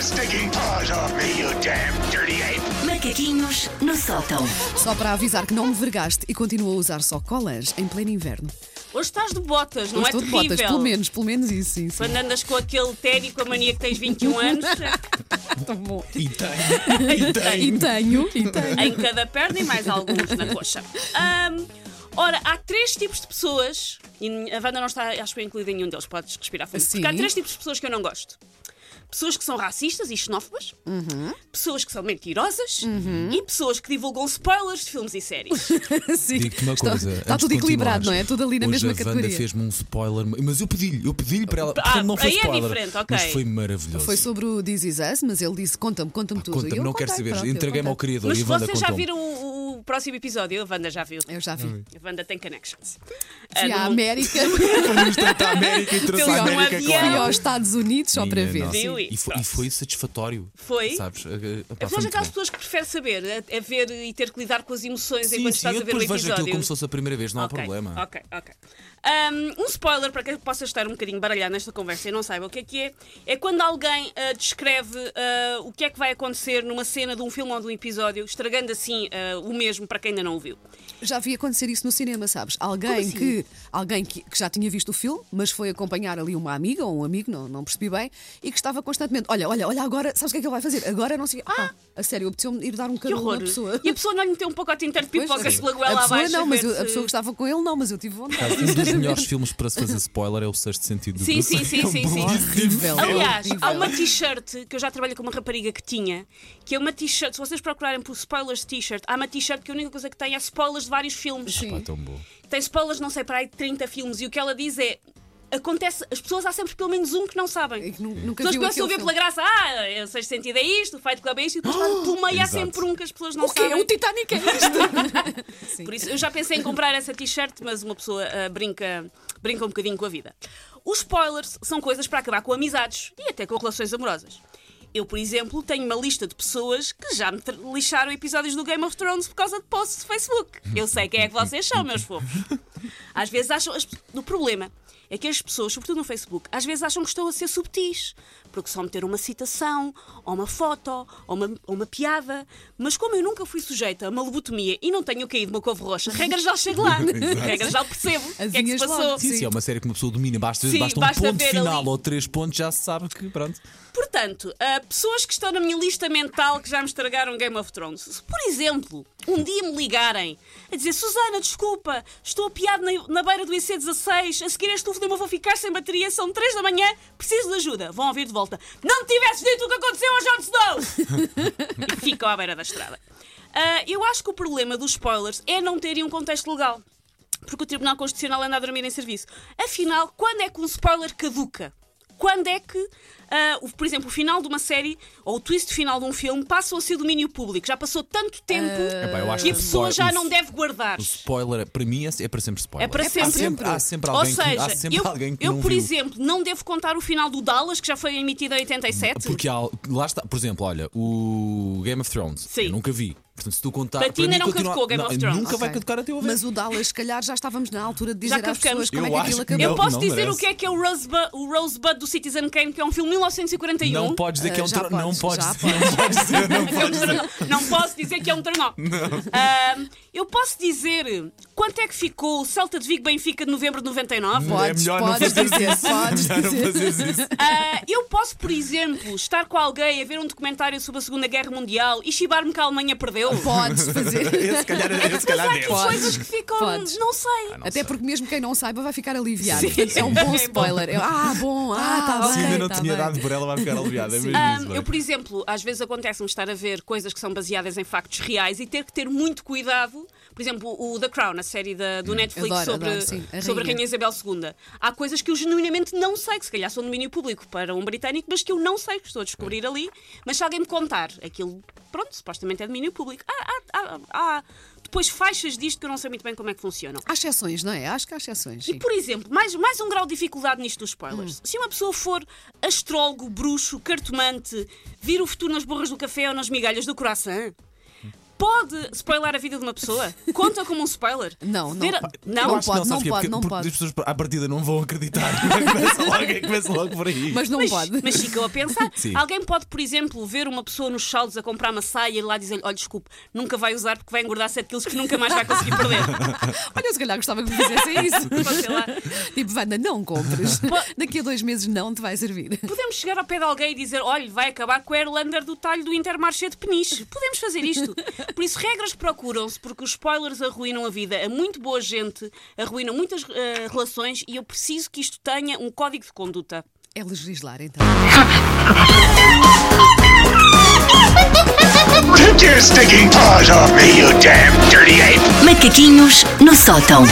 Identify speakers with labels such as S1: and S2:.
S1: stinking paws off me, you damn dirty ape!
S2: Macaquinhos no sótão.
S3: Só para avisar que não me vergaste e continuo a usar só colãs em pleno inverno.
S4: Hoje estás de botas, não
S3: Hoje
S4: é
S3: estou de
S4: terrível?
S3: botas, pelo menos, pelo menos isso, sim, sim.
S4: Quando andas com aquele tédio, com a mania que tens 21 anos,
S3: Tão bom.
S5: E tem. E
S3: E
S5: tem.
S3: tenho, e tenho.
S4: em cada perna e mais alguns na coxa. Ahm, ora, há três tipos de pessoas, e a Wanda não está, acho que é incluída em nenhum deles, podes respirar fundo.
S3: Sim.
S4: Porque há três tipos de pessoas que eu não gosto. Pessoas que são racistas e xenófobas,
S3: Uhum.
S4: pessoas que são mentirosas e pessoas que divulgam spoilers de filmes e séries.
S3: Sim.
S5: Digo-te uma
S3: Está-
S5: coisa.
S3: Está,
S5: antes
S3: tudo
S5: de
S3: equilibrado,
S5: continuares,
S3: não é? Tudo ali na
S5: hoje
S3: mesma
S5: a
S3: categoria.
S5: Wanda fez-me um spoiler, mas eu pedi-lhe, eu pedi-lhe para ela. portanto, não foi
S4: aí é
S5: spoiler,
S4: diferente, ok.
S5: Mas foi maravilhoso.
S3: Foi sobre o This Is Us, mas ele disse: conta-me, conta-me tudo. E
S5: Conta-me,
S3: eu
S5: não quero
S3: contei,
S5: saber.
S3: pronto, eu
S5: Entreguei-me ao
S3: contei.
S5: criador
S4: Mas
S5: e a Wanda
S4: vocês já
S5: contou-me.
S4: viram o, o próximo episódio? A Wanda já viu.
S3: Eu já vi.
S4: A Wanda tem connections.
S3: Fui
S4: Ah,
S3: à
S4: no-
S3: América,
S5: Fomos tanto à Tá, América e trouxe
S4: Fui
S5: a
S4: ao
S5: América
S4: avião.
S3: fui
S5: claro.
S3: aos Estados Unidos só para
S5: Minha
S3: ver.
S5: nossa.
S3: sim.
S4: Viu?
S5: E foi, e foi satisfatório.
S4: Foi?
S5: Sabes? Eh, A,
S4: É pessoas daquelas pessoas que prefere saber, a, a ver e ter que lidar com as emoções
S5: Sim,
S4: enquanto
S5: sim,
S4: estás
S5: eu
S4: a ver o
S5: depois
S4: episódio.
S5: vejo aquilo como se fosse a primeira vez, não há
S4: Ok,
S5: problema.
S4: Ok, ok. Um, um spoiler para quem possa estar um bocadinho baralhado nesta conversa e não saiba o que é que é, é quando alguém ah, descreve ah, o que é que vai acontecer numa cena de um filme ou de um episódio, estragando assim ah, o mesmo para quem ainda não o viu.
S3: Já vi acontecer isso no cinema, sabes? Alguém,
S4: assim?
S3: que, alguém que, que já tinha visto o filme, mas foi acompanhar ali uma amiga ou um amigo, não, não percebi bem, e que estava constantemente: olha, olha, olha, agora, sabes o que é que ele vai fazer? Agora não sei. Ah, a sério, apeteceu-me ir dar um
S4: Que
S3: carro
S4: horror.
S3: na pessoa.
S4: E a pessoa não lhe meteu um pouco ao tinteiro de
S3: Pois, é.
S4: pipoca que
S3: a
S4: lagoela
S3: pessoa
S4: abaixo.
S3: não,
S4: a
S3: mas
S4: ver
S3: eu- a
S4: se-
S3: pessoa que estava com ele não, mas eu tive vontade.
S5: Um dos melhores filmes para se fazer spoiler é o Sexto Sentido do
S4: Sim, sim,
S5: Bruce.
S4: sim,
S5: É um
S4: sim, sim.
S5: bom filme.
S3: Horrível.
S4: Aliás,
S3: Horrível.
S4: há uma t-shirt que eu já trabalho com uma rapariga que tinha, que é uma t-shirt, se vocês procurarem por spoilers t-shirt, há uma t-shirt que a única coisa que tem é spoilers de vários filmes.
S3: Sim.
S5: Pá, tão bom.
S4: Tem spoilers, não sei, para aí 30 filmes, e o que ela diz é. Acontece, as pessoas há sempre pelo menos um que não sabem.
S3: E É que nu- nunca
S4: as pessoas
S3: viu
S4: começam a ver
S3: aquele
S4: pela graça, ah, o sexto sentido é isto, o Fight Club é isto, e depois pelo meio há
S5: Exato.
S4: sempre um que as pessoas não
S3: O quê?
S4: sabem.
S3: O Titanic é isto? Sim.
S4: Por isso, eu já pensei em comprar essa t-shirt, mas uma pessoa ah, brinca, brinca um bocadinho com a vida. Os spoilers são coisas para acabar com amizades e até com relações amorosas. Eu, por exemplo, tenho uma lista de pessoas que já me tra- lixaram episódios do Game of Thrones por causa de posts de Facebook. Eu sei quem é que vocês são, meus fofos. Às vezes acham. as- O problema é que as pessoas, sobretudo no Facebook, às vezes acham que estão a ser subtis, porque só meter uma citação, ou uma foto, ou uma, ou uma piada. Mas como eu nunca fui sujeita a uma lobotomia e não tenho caído uma couve roxa, regra já chego lá. regra já percebo. O que é que se
S3: Azinhas logo.
S4: passou?
S5: Sim, sim,
S3: Sim.
S5: é uma série que uma pessoa domina. Basta,
S4: Sim,
S5: basta um
S4: basta
S5: ponto
S4: ver
S5: final
S4: ali.
S5: ou três pontos, já se sabe que pronto.
S4: Portanto, ah, pessoas que estão na minha lista mental que já me estragaram Game of Thrones, se por exemplo um dia me ligarem a dizer Susana, desculpa, estou apiado na, na beira do IC16, a seguir este telefonema vou ficar sem bateria, são 3 da manhã, preciso de ajuda, vão ouvir de volta. Não me tivesses dito o que aconteceu ao Jon Snow! e ficam à beira da estrada. Ah, eu acho que o problema dos spoilers é não terem um contexto legal. Porque o Tribunal Constitucional anda a dormir em serviço. Afinal, quando é que um spoiler caduca? Quando é que, ah, o- por exemplo, o final de uma série ou o twist final de um filme passam a ser domínio público? Já passou tanto tempo
S5: Ah, Epá, eu acho
S4: que a
S5: que
S4: pessoa
S5: spoil-
S4: já
S5: o
S4: não
S5: s-
S4: deve guardar.
S5: O spoiler, para mim, é é para sempre
S4: É
S5: spoiler.
S4: para
S5: Há
S4: sempre.
S5: sempre, há sempre
S4: Ou
S5: alguém que,
S4: seja,
S5: há sempre
S4: eu,
S5: alguém que
S4: eu,
S5: não
S4: por
S5: viu.
S4: exemplo, não devo contar o final do Dallas, que já foi emitido em 87.
S5: Porque há, lá está, por exemplo, olha, o Game of Thrones.
S4: Sim.
S5: Eu nunca vi. Portanto, se tu contar.
S4: Para ti
S5: mim
S4: ainda não
S5: continua-
S4: caducou o Game
S5: não,
S4: of Thrones.
S5: Nunca vai
S3: Ok.
S5: caducar até eu ver.
S3: Mas o Dallas, se calhar, já estávamos na altura de dizer
S4: Já
S3: às
S4: caducamos.
S3: pessoas como
S5: Eu
S3: é que
S5: acho
S3: aquilo
S5: que
S3: acabou.
S5: não.
S4: eu posso dizer
S5: merece.
S4: o que é que é o Rosebud, o Rosebud do Citizen Kane, que é um filme de 1941.
S5: Não podes dizer que é um
S3: eh, Já
S5: tro- Não
S3: podes,
S5: podes
S3: já
S5: dizer, não podes dizer, não
S4: É um
S5: podes dizer.
S4: tornó. Não posso dizer que é um tornó. Ahm, eu posso dizer quanto é que ficou o Celta de Vigo Benfica de novembro de 99?
S5: É
S3: Podes,
S5: melhor não
S3: podes
S5: fazer
S3: dizer,
S5: isso.
S3: podes
S5: Melhor não
S3: dizer.
S5: fazeres isso.
S4: Ah, eu posso, por exemplo, estar com alguém a ver um documentário sobre a Segunda Guerra Mundial e chibar-me que a Alemanha perdeu?
S3: Podes fazer.
S5: Esse calhar, esse
S4: Mas há
S5: calhar
S4: aqui
S5: deve.
S4: coisas que ficam.
S3: Podes.
S4: Não sei.
S5: Ah, não
S3: Até
S5: sei.
S3: porque mesmo quem não saiba vai ficar aliviado.
S4: Sim.
S3: Portanto, É um
S4: É
S3: bom
S4: bom.
S3: spoiler. Eu, ah, bom, ah, tá bem.
S5: Se ainda não
S3: tá
S5: tinha
S3: bem.
S5: dado por ela, vai ficar aliviada. é mesmo
S4: Ah,
S5: isso, vai.
S4: eu, por exemplo, às vezes acontece-me estar a ver coisas que são baseadas em factos reais e ter que ter muito cuidado. Por exemplo, o The Crown, a série da- do Netflix
S3: Hum, Adoro,
S4: sobre,
S3: adoro, sim. A
S4: sobre a
S3: rainha.
S4: Rainha Isabel II. Há coisas que eu genuinamente não sei, que se calhar são domínio público para um britânico, mas que eu não sei, que estou a descobrir ali. Mas se alguém me contar aquilo, pronto, supostamente é domínio público. Há, há- há- há depois faixas disto que eu não sei muito bem como é que funcionam.
S3: Há exceções, não é? Acho que há exceções. sim.
S4: E,
S3: Hum.
S4: por exemplo, mais, mais um grau de dificuldade nisto dos spoilers. Se uma pessoa for astrólogo, bruxo, cartomante, vir o futuro nas borras do café ou nas migalhas do coração, pode spoiler a vida de uma pessoa? Conta como um spoiler?
S3: Não, não.
S4: Ver a-
S3: Pá,
S4: Não,
S3: eu
S5: acho que
S3: pode, não
S5: sabe porquê?
S3: pode,
S5: porque,
S3: não
S5: porque
S3: pode.
S5: As pessoas à partida não vão acreditar. começa, logo, é começa logo por aí.
S3: Mas não
S4: mas,
S3: pode.
S4: Mas ficam a pensar.
S5: Sim.
S4: Alguém pode, por exemplo, ver uma pessoa nos saldos a comprar uma saia e lá dizer-lhe: olha, desculpe, nunca vai usar porque vai engordar 7 quilos que nunca mais vai conseguir perder.
S3: Olha, se calhar gostava que me fizessem
S4: Pode ser lá.
S3: isso. tipo, Wanda, não compres. Daqui a dois meses não te vai servir.
S4: Podemos chegar ao pé de alguém e dizer: olha, vai acabar com o Airlander do talho do Intermarché de Peniche. Podemos fazer isto. Por isso, regras procuram-se, porque os spoilers arruinam a vida a muito boa gente, arruinam muitas eh, relações e eu preciso que isto tenha um código de conduta.
S3: É legislar, então.
S1: Take your stinking paws off me, you damn dirty ape!
S2: Macaquinhos no sótão.